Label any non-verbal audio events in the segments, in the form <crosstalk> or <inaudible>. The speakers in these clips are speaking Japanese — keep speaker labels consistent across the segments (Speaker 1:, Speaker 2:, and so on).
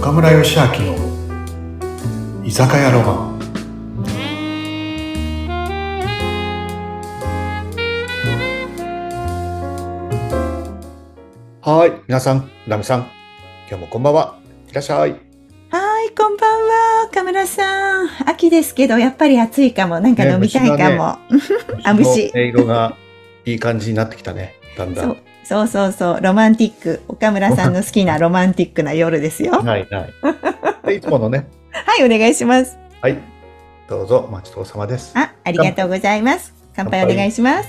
Speaker 1: 岡村義明の居酒屋ロマンはい皆さんラミさん今日もこんばんはいらっしゃい
Speaker 2: はい、こんばんは、岡村さん。秋ですけど、やっぱり暑いかも。なんか
Speaker 1: ね
Speaker 2: 飲みたいかも。あ虫
Speaker 1: の音色がいい感じになってきたねだんだ
Speaker 2: そうんそうそうそう、ロマンティック。岡村さんの好きなロマンティックな夜です <laughs> よ。は
Speaker 1: はいはいでいつものね
Speaker 2: い、お願いします。
Speaker 1: はいどうぞお待ちどうさまです
Speaker 2: あ、ありがとうございます。乾杯お願いします。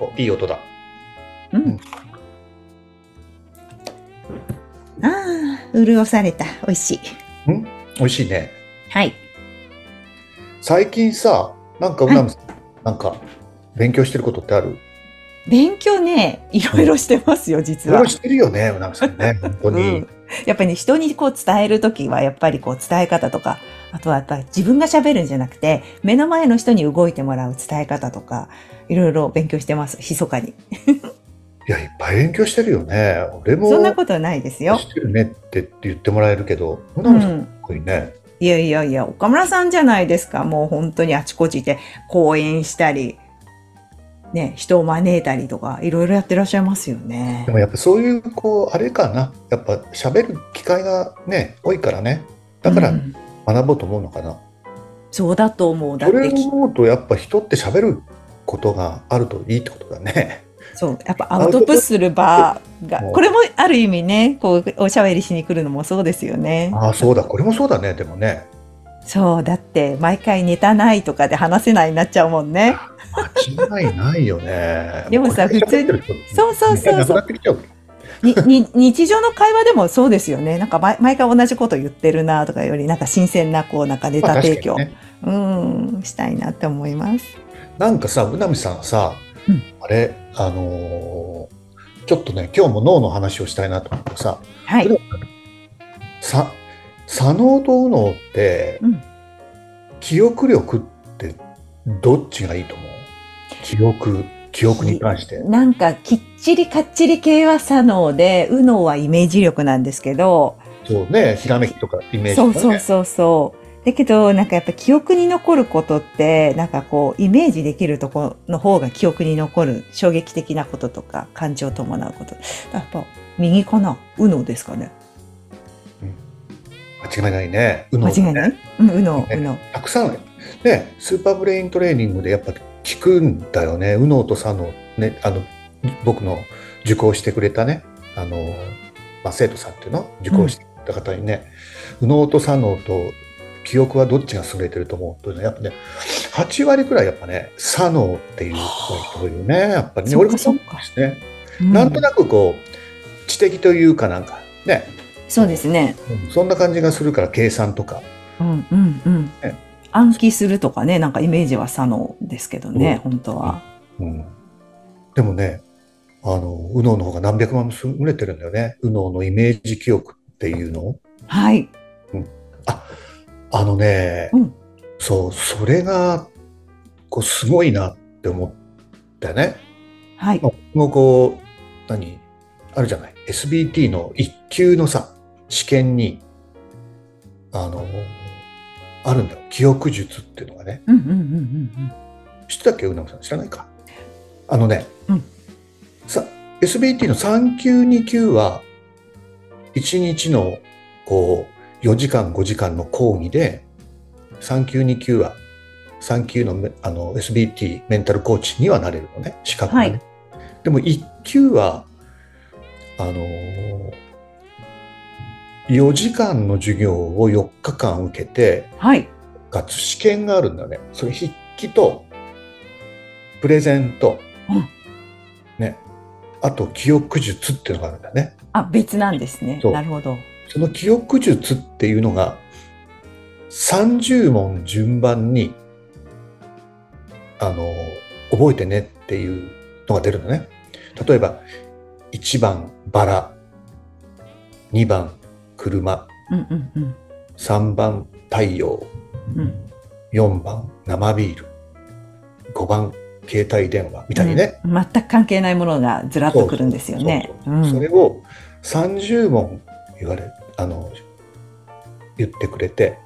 Speaker 1: おいい音だ
Speaker 2: うん。ああ、潤された。美味しい。
Speaker 1: 美味しいね
Speaker 2: はい。
Speaker 1: 最近さなんかう
Speaker 2: はい
Speaker 1: なみさん、なんか勉強してることってある
Speaker 2: 勉強ね、いろいろしてますよ、実
Speaker 1: いろい
Speaker 2: は
Speaker 1: ろ。してるよねうなみさん
Speaker 2: <laughs>
Speaker 1: ね本当に、
Speaker 2: うんやっぱりね、人にこう伝えるときは、やっぱりこう伝え方とか、あとはやっぱり自分が喋るんじゃなくて、目の前の人に動いてもらう伝え方とか、いろいろ勉強してます、密かに。
Speaker 1: いやいっぱい勉強してるよね俺も
Speaker 2: そんなことないですよ。
Speaker 1: してるねって言ってもらえるけどう
Speaker 2: う
Speaker 1: なみさんす
Speaker 2: ん。
Speaker 1: ごいね、
Speaker 2: いやいやいや、岡村さんじゃないですか。もう本当にあちこちで講演したり、ね、人を招いたりとか、いろいろやってらっしゃいますよね
Speaker 1: で。もやっぱそういうこうあれかなやっぱ喋る機会がね多いからねだか
Speaker 2: う
Speaker 1: ら
Speaker 2: ん
Speaker 1: 学ぼうと思うのかな、
Speaker 2: そうだと思う。だっ
Speaker 1: それ
Speaker 2: て
Speaker 1: を
Speaker 2: き、
Speaker 1: 思うとやっぱ人って喋ることがあるといいってことだ
Speaker 2: <laughs>
Speaker 1: ね
Speaker 2: そう、やっぱアウトプットする場が、
Speaker 1: もう
Speaker 2: これもある意味ね、こう、おしゃべりしに来るのもそうですよね。
Speaker 1: ああそうだこれもそうだねでもね
Speaker 2: そう、だって、毎回ネタないとかで話せないになっちゃうもんね。
Speaker 1: 間違いないよね
Speaker 2: でもさ
Speaker 1: これ喋ってる人
Speaker 2: そうそうそう
Speaker 1: なく
Speaker 2: そ
Speaker 1: な
Speaker 2: う。
Speaker 1: ってきちゃう
Speaker 2: にに日常の会話でもそうですよね。なんか毎、毎回同じこと言ってるなとかより、なんか新鮮な、こう、なんかネ
Speaker 1: まあ
Speaker 2: タ
Speaker 1: 確
Speaker 2: 提
Speaker 1: か
Speaker 2: 供、
Speaker 1: にね
Speaker 2: うん、したいなって思います。
Speaker 1: なんかさ、うなみさんさ、
Speaker 2: うん
Speaker 1: あれ、あのーちょっとね、今日も脳の話をしたいなと思ってさ、う
Speaker 2: は。
Speaker 1: ないみさんさ、左脳と右脳って、
Speaker 2: うん
Speaker 1: 記憶力ってどっちがいいと思う記憶、記憶に関して。
Speaker 2: なんか、きっちりかっちり系は左脳で、右脳はイメージ力なんですけど、
Speaker 1: そうね、ひらめきとかイメージ
Speaker 2: そ
Speaker 1: と
Speaker 2: う
Speaker 1: か、ね。
Speaker 2: そうそうそう。だけど、なんかやっぱ記憶に残ることって、なんかこう、イメージできるとこの方が記憶に残る衝撃的なこととか、感情を伴うこと。やっぱ、右かな右脳ですかね。
Speaker 1: 間違いないね。右脳だね
Speaker 2: 間違いないうん、右脳、
Speaker 1: ね
Speaker 2: 右脳。
Speaker 1: たくさん、ね、スーパーブレイントレーニングでやっぱ聞くんだよね、右脳と左脳、ね、あの僕の受講してくれたね、あのまあ、生徒さんっていうの、受講してくれた方にね、右脳と左脳と記憶はどっちが優れてると思うというのは、やっぱね、8割くらいやっぱね、左脳っていう人がいるね、やっぱりね、
Speaker 2: そっ
Speaker 1: 俺
Speaker 2: か
Speaker 1: も
Speaker 2: そ
Speaker 1: そ
Speaker 2: っ
Speaker 1: う
Speaker 2: か
Speaker 1: ですね、
Speaker 2: うん
Speaker 1: なんとなくこう、知的というかなんか、ね、
Speaker 2: そうですね。
Speaker 1: うんそんな感じがするから、計算とか。
Speaker 2: うん、うん、うん
Speaker 1: ね。
Speaker 2: 暗記するとかね、なんかイメージは左脳ですけどね、本当は。
Speaker 1: うんでもね、あの、右脳の方が何百万も優れてるんだよね。右脳のイメージ記憶っていうの。
Speaker 2: はい。
Speaker 1: あのね、
Speaker 2: うん
Speaker 1: そう、それが、こう、すごいなって思ったよね。
Speaker 2: はい。
Speaker 1: まあ僕もこう、何あるじゃない ?SBT の一級のさ、試験に、あの、あるんだよ。記憶術っていうのがね。
Speaker 2: うん、うん、うん、うん
Speaker 1: 知ってたっけうなみさん知らないかあのね、
Speaker 2: うん
Speaker 1: さ SBT の3級2級は1日のこう4時間5時間の講義で3級2級は3級のめあの SBT メンタルコーチにはなれるのね資格がね、
Speaker 2: はい
Speaker 1: でも1級はあのー4時間の授業を4日間受けて
Speaker 2: うん。はい。
Speaker 1: 活試験があるんだよね。それ筆記と、プレゼント、
Speaker 2: うん
Speaker 1: ね。あと、記憶術っていうのがあるんだね。
Speaker 2: あ、別なんですね。
Speaker 1: そう
Speaker 2: なるほど。
Speaker 1: その記憶術っていうのが、30問順番に、あの、覚えてねっていうのが出るんだね。例えば、1番、バラ。2番、車。
Speaker 2: うん、うん、うん。
Speaker 1: 3番、太陽。
Speaker 2: うん
Speaker 1: 4番生ビール5番携帯電話みたいにね、
Speaker 2: うん全く関係ないものがずらっとくるんですよね。
Speaker 1: そうそうそれを30問言われあの言ってくれて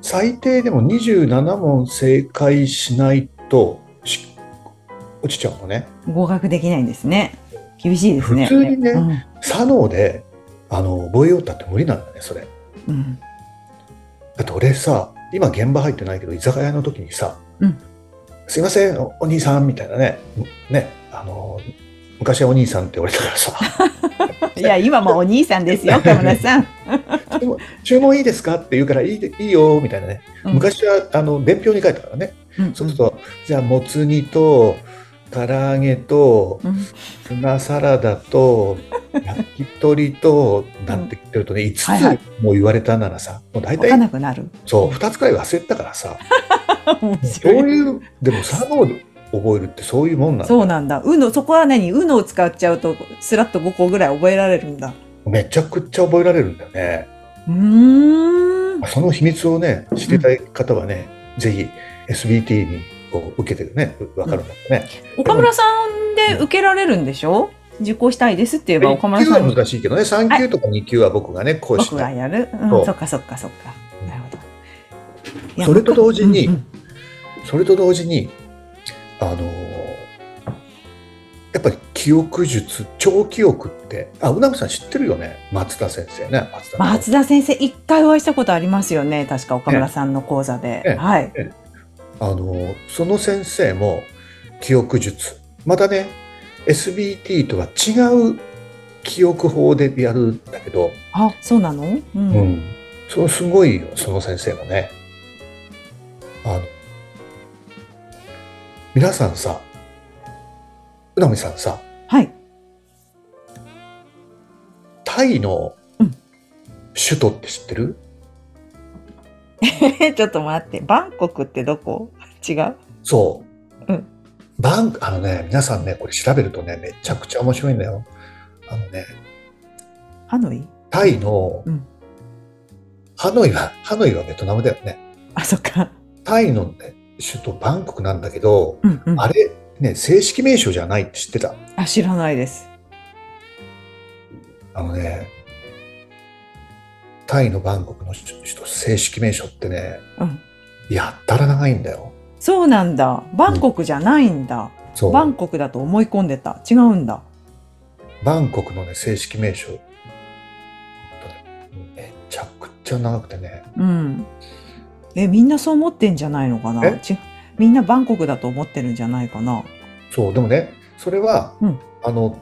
Speaker 1: 最低でも27問正解しないとし落ちちゃうのね。
Speaker 2: 合格できないんですね。厳しいですね。
Speaker 1: 普通にね
Speaker 2: うん
Speaker 1: 佐野であの覚えようったって無理なんだねそれ。
Speaker 2: うん <laughs>
Speaker 1: だって俺さ今現場入ってないけど居酒屋の時にさ「
Speaker 2: うん
Speaker 1: すいませんおお兄さん」みたいなねねあの昔はお兄さんって言われたからさ
Speaker 2: <laughs> いや、今もお兄さんです
Speaker 1: <laughs>
Speaker 2: よ、岡村さん。
Speaker 1: でも注文いいですか?」って言うから「いいでいいよ」みたいなね、
Speaker 2: うん、
Speaker 1: 昔はあの伝票に書いたからね、
Speaker 2: うん、
Speaker 1: そうすると「じゃあもつ煮と唐揚げと
Speaker 2: うん、
Speaker 1: ツナサラダ
Speaker 2: <laughs>
Speaker 1: と焼き鳥と」なんて言ってるとね5
Speaker 2: はいはい
Speaker 1: つも言われたならさ、もう大
Speaker 2: 分か
Speaker 1: 体
Speaker 2: んなくなる。
Speaker 1: そう2つくらい忘れてたからさ
Speaker 2: 面
Speaker 1: そ
Speaker 2: 白
Speaker 1: う
Speaker 2: い
Speaker 1: いう <laughs> でも佐野を覚えるってそういうもんなんだ
Speaker 2: <laughs> そうなんだ。うの、そこは何うのを使っちゃうと、スラッと5個ぐらい覚えられるんだ。
Speaker 1: めちゃくちゃ覚えられるんだよね。
Speaker 2: うーん。
Speaker 1: その秘密をね、知りたい方はね、ぜひ SBT にこう受けてね、わかるんだよね。
Speaker 2: 岡村さんで受けられるんでしょ受講したいですって言えば岡村
Speaker 1: 1級
Speaker 2: さ
Speaker 1: は
Speaker 2: んに
Speaker 1: 難しいけどね、3級とか2級は僕がね、講師
Speaker 2: 僕
Speaker 1: で
Speaker 2: がやる。うん、
Speaker 1: そ
Speaker 2: そうっかそっかそっか。なるほど。いや
Speaker 1: それと同時に
Speaker 2: うんうん
Speaker 1: それと同時に、あのーやっぱり記憶術、超記憶って、あ、うなみさん知ってるよね、松田先生ね、松田
Speaker 2: 松田先生、一回お会いしたことありますよね。確か岡村さんの講座で。
Speaker 1: ええ
Speaker 2: はい。
Speaker 1: あのその先生も記憶術またね SBT とは違う記憶法でやるんだけど、
Speaker 2: あ、そうなのうん。
Speaker 1: うん、そうすごいよその先生もねあの皆さんさ宇波さんさ
Speaker 2: はい。
Speaker 1: タイの
Speaker 2: うん
Speaker 1: 首都って知ってる、
Speaker 2: ちょっと待って。バンコクってどこ違う
Speaker 1: そう、
Speaker 2: うん
Speaker 1: バンあのね皆さんねこれ調べるとねめちゃくちゃ面白いんだよあのね
Speaker 2: ハノイ
Speaker 1: タイの、
Speaker 2: うん
Speaker 1: ハノイは、ハノイはベトナムだよね。
Speaker 2: あ、そっか。
Speaker 1: タイの、ね、首都バンコクなんだけど、
Speaker 2: うんうん。
Speaker 1: あれ、ね、正式名称じゃないって知ってた。
Speaker 2: あ、知らないです。
Speaker 1: あのね、タイのバンコクの首都正式名称ってね、
Speaker 2: うん。
Speaker 1: やったら長いんだよ。
Speaker 2: そうなんだ。バンコクじゃないんだ。
Speaker 1: そう。
Speaker 2: バ
Speaker 1: バ
Speaker 2: ン
Speaker 1: ン
Speaker 2: コクだと思い込んでた。違うんだ。
Speaker 1: コクのね、正式名称。ほんとねめちゃくちゃ長くてね。
Speaker 2: うん。え、みんなそう思ってんじゃないのかな
Speaker 1: え
Speaker 2: ちみんなバンコクだと思ってるんじゃないかな
Speaker 1: そう、でもね、それは、
Speaker 2: うん
Speaker 1: あの、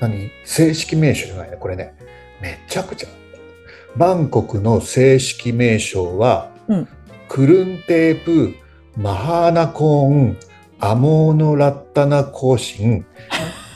Speaker 1: 何正式名称じゃないね、これね。めちゃくちゃ。バンコクの正式名称は、
Speaker 2: うん
Speaker 1: クルンテープ、マハーナコーン、アモーノラッタナコーシン、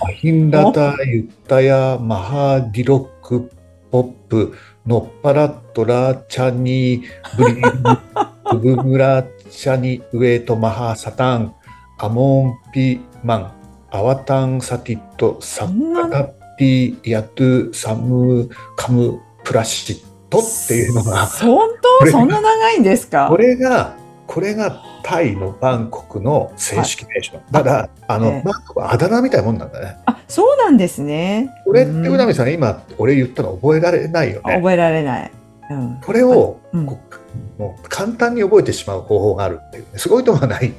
Speaker 1: アヒンラタユッタヤ、マハーディロック、ポップ、ノッパラットラ、チャニー、ブリーブブムラチャニウエトマハサタンアモンピマンアワタンサティットサッカタピヤトゥサムカムプラシットっていうのが
Speaker 2: 本
Speaker 1: こ
Speaker 2: 当
Speaker 1: れ
Speaker 2: そんな長いんですか
Speaker 1: これがこれがタイのバンコクの正式名称ただあの、
Speaker 2: ええ
Speaker 1: バンコクはあだ名みたいなもんなんだね
Speaker 2: あ、そうなんですね。
Speaker 1: これって
Speaker 2: うん
Speaker 1: 宇波さん今俺言ったの覚えられないよ
Speaker 2: あ
Speaker 1: ね
Speaker 2: 覚えられない。うん。
Speaker 1: これを、
Speaker 2: うん
Speaker 1: こうもう簡単に覚えてしまう方法があるっていうねすごいとはない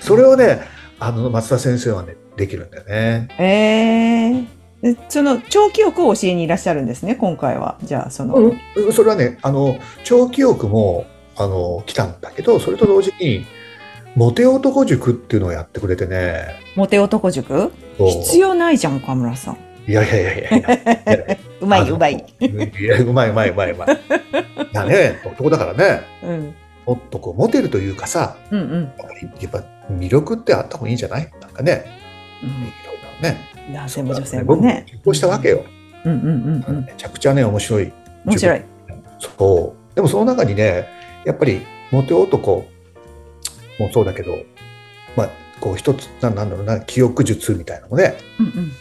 Speaker 1: それをねあの松田先生はねできるんだよね
Speaker 2: えー。でその長記憶を教えにいらっしゃるんですね、今回は。じゃあ、その。
Speaker 1: うん、それはねあの長記憶もあの来たんだけどそれと同時にモテ男塾っていうのをやってくれてね
Speaker 2: モテ男塾
Speaker 1: そう
Speaker 2: 必要ないじゃん、岡村さん。
Speaker 1: いやいやいやいや
Speaker 2: <laughs> うま
Speaker 1: あ
Speaker 2: い、
Speaker 1: の
Speaker 2: うまい。
Speaker 1: いやうまいうまいうまいうまいだね男だからね
Speaker 2: うん。
Speaker 1: もっとこうモテるというかさ
Speaker 2: うんうん。
Speaker 1: やっぱ魅力ってあった方がいいんじゃないなんかねいろいろね
Speaker 2: うん、男性も女性もね。
Speaker 1: 僕結婚したわけよ、
Speaker 2: うんうんうんうん。
Speaker 1: めちゃくちゃね面白い
Speaker 2: 面白い。
Speaker 1: そうでもその中にねやっぱりモテ男もそうだけどまあこう一つななんだろうな記憶術みたいなのもね
Speaker 2: うんうん。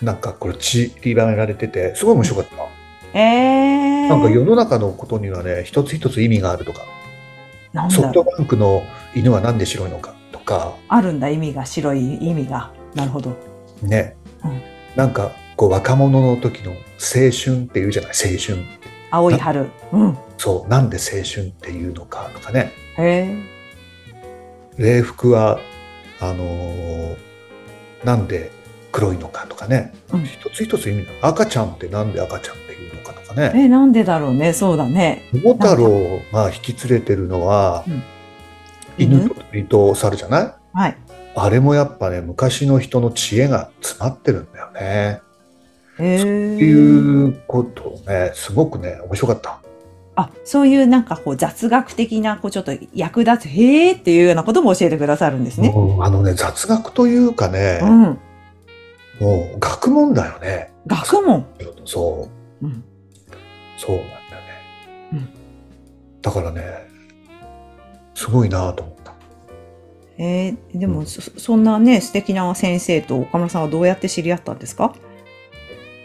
Speaker 1: なんかこれ散りばめられててすごい面白かった、
Speaker 2: えー。
Speaker 1: なんか世の中のことにはね一つ一つ意味があるとか
Speaker 2: なん
Speaker 1: ソフ
Speaker 2: だ
Speaker 1: ト
Speaker 2: ろう。
Speaker 1: バンクの犬は何で白いのかとか
Speaker 2: あるんだ、意味が。白い意味が。なるほど。
Speaker 1: ね、
Speaker 2: うん
Speaker 1: なんかこう若者の時の青春っていうじゃない青春
Speaker 2: 青い春。うん。
Speaker 1: そうなんで青春っていうのかとかね
Speaker 2: へえ。
Speaker 1: 礼服はあのーなんで黒いのかとかね、
Speaker 2: うん
Speaker 1: 一つ一つ意味なの赤ちゃんってなんで赤ちゃんっていうのかとかね
Speaker 2: え、なんでだろうね。そうだね。
Speaker 1: 桃太郎が引き連れてるのは、
Speaker 2: うん
Speaker 1: 犬と鳥と猿じゃない
Speaker 2: はい。
Speaker 1: あれもやっぱね昔の人の知恵が詰まってるんだよね。
Speaker 2: へえ。
Speaker 1: っていうことをねすごくね面白かった。
Speaker 2: あ、そういうなんかこう雑学的な、こうちょっと役立つ、へえっていうようなことも教えてくださるんですね。
Speaker 1: もうあのね雑学というかね、
Speaker 2: うん。
Speaker 1: もう学問だよね。
Speaker 2: 学問。
Speaker 1: そう
Speaker 2: うん。
Speaker 1: そうなんだよね。
Speaker 2: うん
Speaker 1: だからね、すごいなと思った。
Speaker 2: えー、で
Speaker 1: う
Speaker 2: も
Speaker 1: ん
Speaker 2: そ、そんなね、素敵な先生と岡村さんはどうやって知り合ったんですか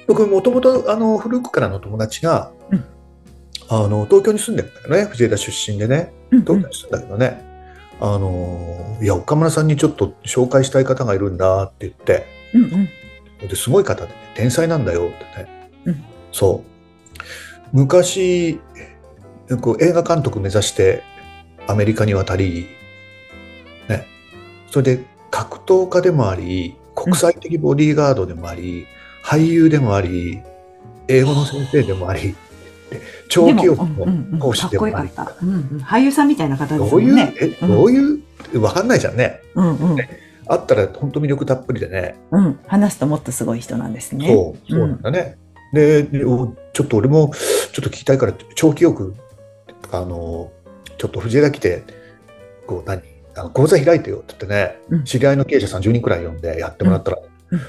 Speaker 1: 僕もともとあの古くからの友達が、
Speaker 2: うん
Speaker 1: あの東京に住んでるんだよね、藤枝出身でね、
Speaker 2: うんう
Speaker 1: 東
Speaker 2: ん
Speaker 1: 京に住んだけどね、あのいや岡村さんにちょっと紹介したい方がいるんだって言って、
Speaker 2: うんうん。
Speaker 1: ですごい方で、ね、天才なんだよってね、
Speaker 2: うん
Speaker 1: そう昔こう映画監督目指してアメリカに渡り、ね、それで格闘家でもあり国際的ボディーガードでもあり、俳優でもあり英語の先生でもありで長期
Speaker 2: で
Speaker 1: を
Speaker 2: もうんうん
Speaker 1: 講師でもあ
Speaker 2: かっ
Speaker 1: り
Speaker 2: こよかった、うんうん。俳優さんみたいな方です
Speaker 1: ど
Speaker 2: よ
Speaker 1: ういう、
Speaker 2: ね。
Speaker 1: え
Speaker 2: うん
Speaker 1: どういう分かんないじゃんね
Speaker 2: うんうん。
Speaker 1: あったら本当魅力たっぷりでね
Speaker 2: うん。話すともっとすごい人なんですね。
Speaker 1: そう、そうなんだね。で、でおちょっと俺もちょっと聞きたいから、長期よく、あの、ちょっと藤枝来て、こう何、あの講座開いてよって言ってね、
Speaker 2: うん
Speaker 1: 知り合いの経営者さん10人くらい呼んでやってもらったら、
Speaker 2: うん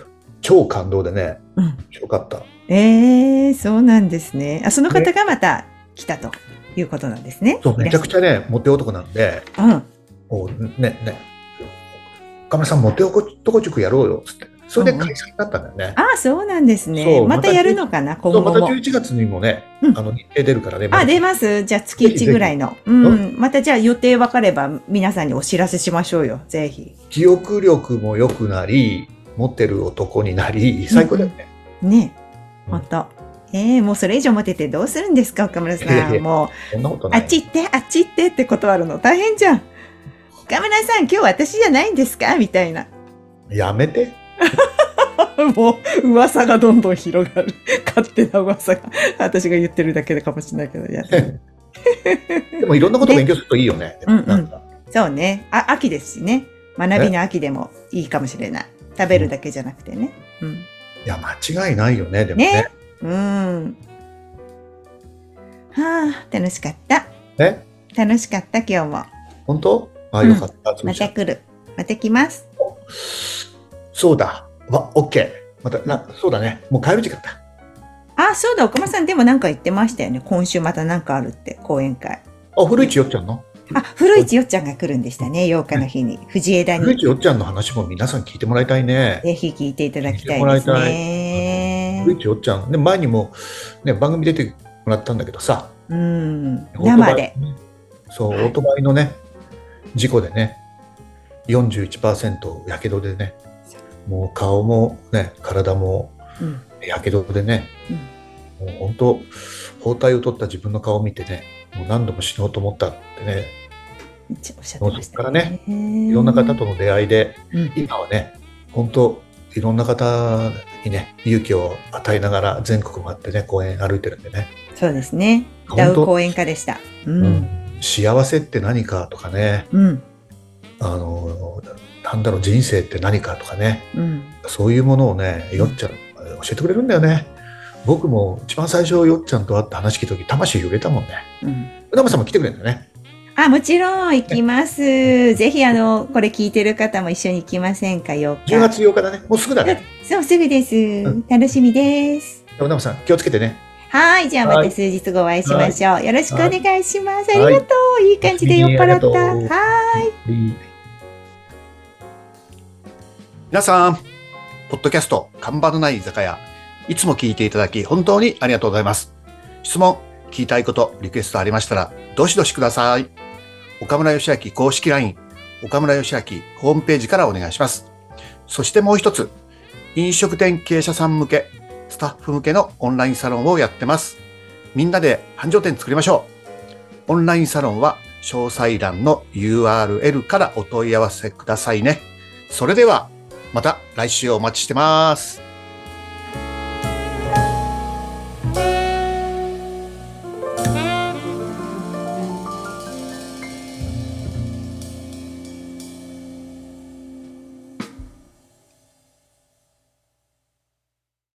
Speaker 1: 超感動でね、
Speaker 2: うん。
Speaker 1: よかった。
Speaker 2: ええそうなんですね。あ、その方がまた来たということなんですね。
Speaker 1: そう、めちゃくちゃね、モテ男なんで、
Speaker 2: ゃ。うん。
Speaker 1: もうね、ね、岡村さん、モテ男塾やろうよっつって、それで開催になったんだよね。
Speaker 2: あ、そうなんですね
Speaker 1: そ。う
Speaker 2: またやるのかな、今
Speaker 1: そう
Speaker 2: 後
Speaker 1: また
Speaker 2: も。
Speaker 1: 11月にもね、
Speaker 2: うん
Speaker 1: あの日程出るからね、
Speaker 2: あ、出ます。じゃあ月
Speaker 1: ぜひぜ
Speaker 2: 1
Speaker 1: ひ
Speaker 2: ぐらいの。う。
Speaker 1: うん
Speaker 2: またじゃあ予定分かれば皆さんにお知らせしましょうよ。ぜひ。
Speaker 1: 記憶力も良くなり持ってる男になり最高だよね、
Speaker 2: ね。
Speaker 1: うん
Speaker 2: 本当。ええもうそれ以上モテてどうするんですか、岡村さ
Speaker 1: いやい
Speaker 2: ん。
Speaker 1: や
Speaker 2: もう、
Speaker 1: そんなことな
Speaker 2: あ
Speaker 1: い
Speaker 2: っち行って、あっち行ってって断るの大変じゃん。岡村さん、今日私じゃないんですかみたいな。 <laughs>
Speaker 1: やめて
Speaker 2: もう噂がどんどん広がる勝手な噂が私が言ってるだけかもしれないけどいや
Speaker 1: でもいろんなこと勉強するといいよね
Speaker 2: うんうん
Speaker 1: なんか
Speaker 2: そうねあ秋ですしね学びの秋でもいいかもしれない食べるだけじゃなくてね
Speaker 1: いや間違いないよねで
Speaker 2: うん
Speaker 1: もね
Speaker 2: ねうんはあ楽しかった
Speaker 1: ね
Speaker 2: 楽しかった今日も
Speaker 1: 本当あ
Speaker 2: うん
Speaker 1: よかった、つむ
Speaker 2: ま
Speaker 1: ちゃ
Speaker 2: た
Speaker 1: ん
Speaker 2: 来るまた来ます
Speaker 1: そうだわオッケーまたなそうだねもう帰る時間だ
Speaker 2: あそうだ岡村さんでもなんか言ってましたよね今週またなんかあるって講演会
Speaker 1: あ古市よっちゃんの
Speaker 2: あ古市よっちゃんが来るんでしたね8日の日に藤枝に
Speaker 1: 古市よっちゃんの話も皆さん聞いてもらいたいね
Speaker 2: ぜひ聞いていただきたいですね
Speaker 1: 古。市よっちゃんね前にもね番組出てもらったんだけどさ
Speaker 2: うん、
Speaker 1: オートバイ
Speaker 2: 生で。
Speaker 1: そう、オートバイのね、事故でね、41%やけどでね、もう顔もね、体も
Speaker 2: うん
Speaker 1: やけどでね、もう本当、包帯を取った自分の顔を見てね、もう何度も死のうと思ったってね、
Speaker 2: おっしゃってました
Speaker 1: そっからね。
Speaker 2: い
Speaker 1: いろんな方と。の出会いで、
Speaker 2: うん
Speaker 1: 今はね、本当、いろんな方にね、勇気を与えながら全国回ってね、公園歩いてるんでね、
Speaker 2: そうですね。
Speaker 1: 本当
Speaker 2: ダウ講演家でした。う
Speaker 1: うん
Speaker 2: ん。
Speaker 1: 幸せって何かとかね、
Speaker 2: うん。
Speaker 1: あの、なんだろう、人生って何かとかね、
Speaker 2: うん。
Speaker 1: そういうものをね、よっちゃん、教えてくれるんだよね。僕も一番最初、よっちゃんと会って話聞いた時、魂揺れたもんね。
Speaker 2: うん。
Speaker 1: 宇さんも来てくれるんだよね。
Speaker 2: あ、もちろん行きます。ぜひ、あの、これ聞いてる方も一緒に行きませんか、8日。
Speaker 1: 10月8日だね。もうすぐだね。
Speaker 2: そう、すぐです。
Speaker 1: ん
Speaker 2: 楽しみです。
Speaker 1: 宇生さん、気をつけてね。
Speaker 2: はい。じゃあ、ま
Speaker 1: は
Speaker 2: た
Speaker 1: い
Speaker 2: 数日後お会いしましょう。よろしくお願いします。あり
Speaker 1: はい
Speaker 2: がとう。いい感じで酔っ払った。
Speaker 1: お
Speaker 2: は
Speaker 1: やすみありが
Speaker 2: ー
Speaker 1: とう
Speaker 2: い。
Speaker 1: 皆さん、ポッドキャスト、看板のない居酒屋、いつも聞いていただき、本当にありがとうございます。質問、聞きたいこと、リクエストありましたら、どしどしください。岡村義明公式 LINE、岡村義明ホームページからお願いします。そしてもう一つ、飲食店経営者さん向け、スタッフ向けのオンラインサロンをやってます。みんなで繁盛店作りましょう。オンラインサロンは詳細欄の URL からお問い合わせくださいね。それでは、また来週お待ちしてます。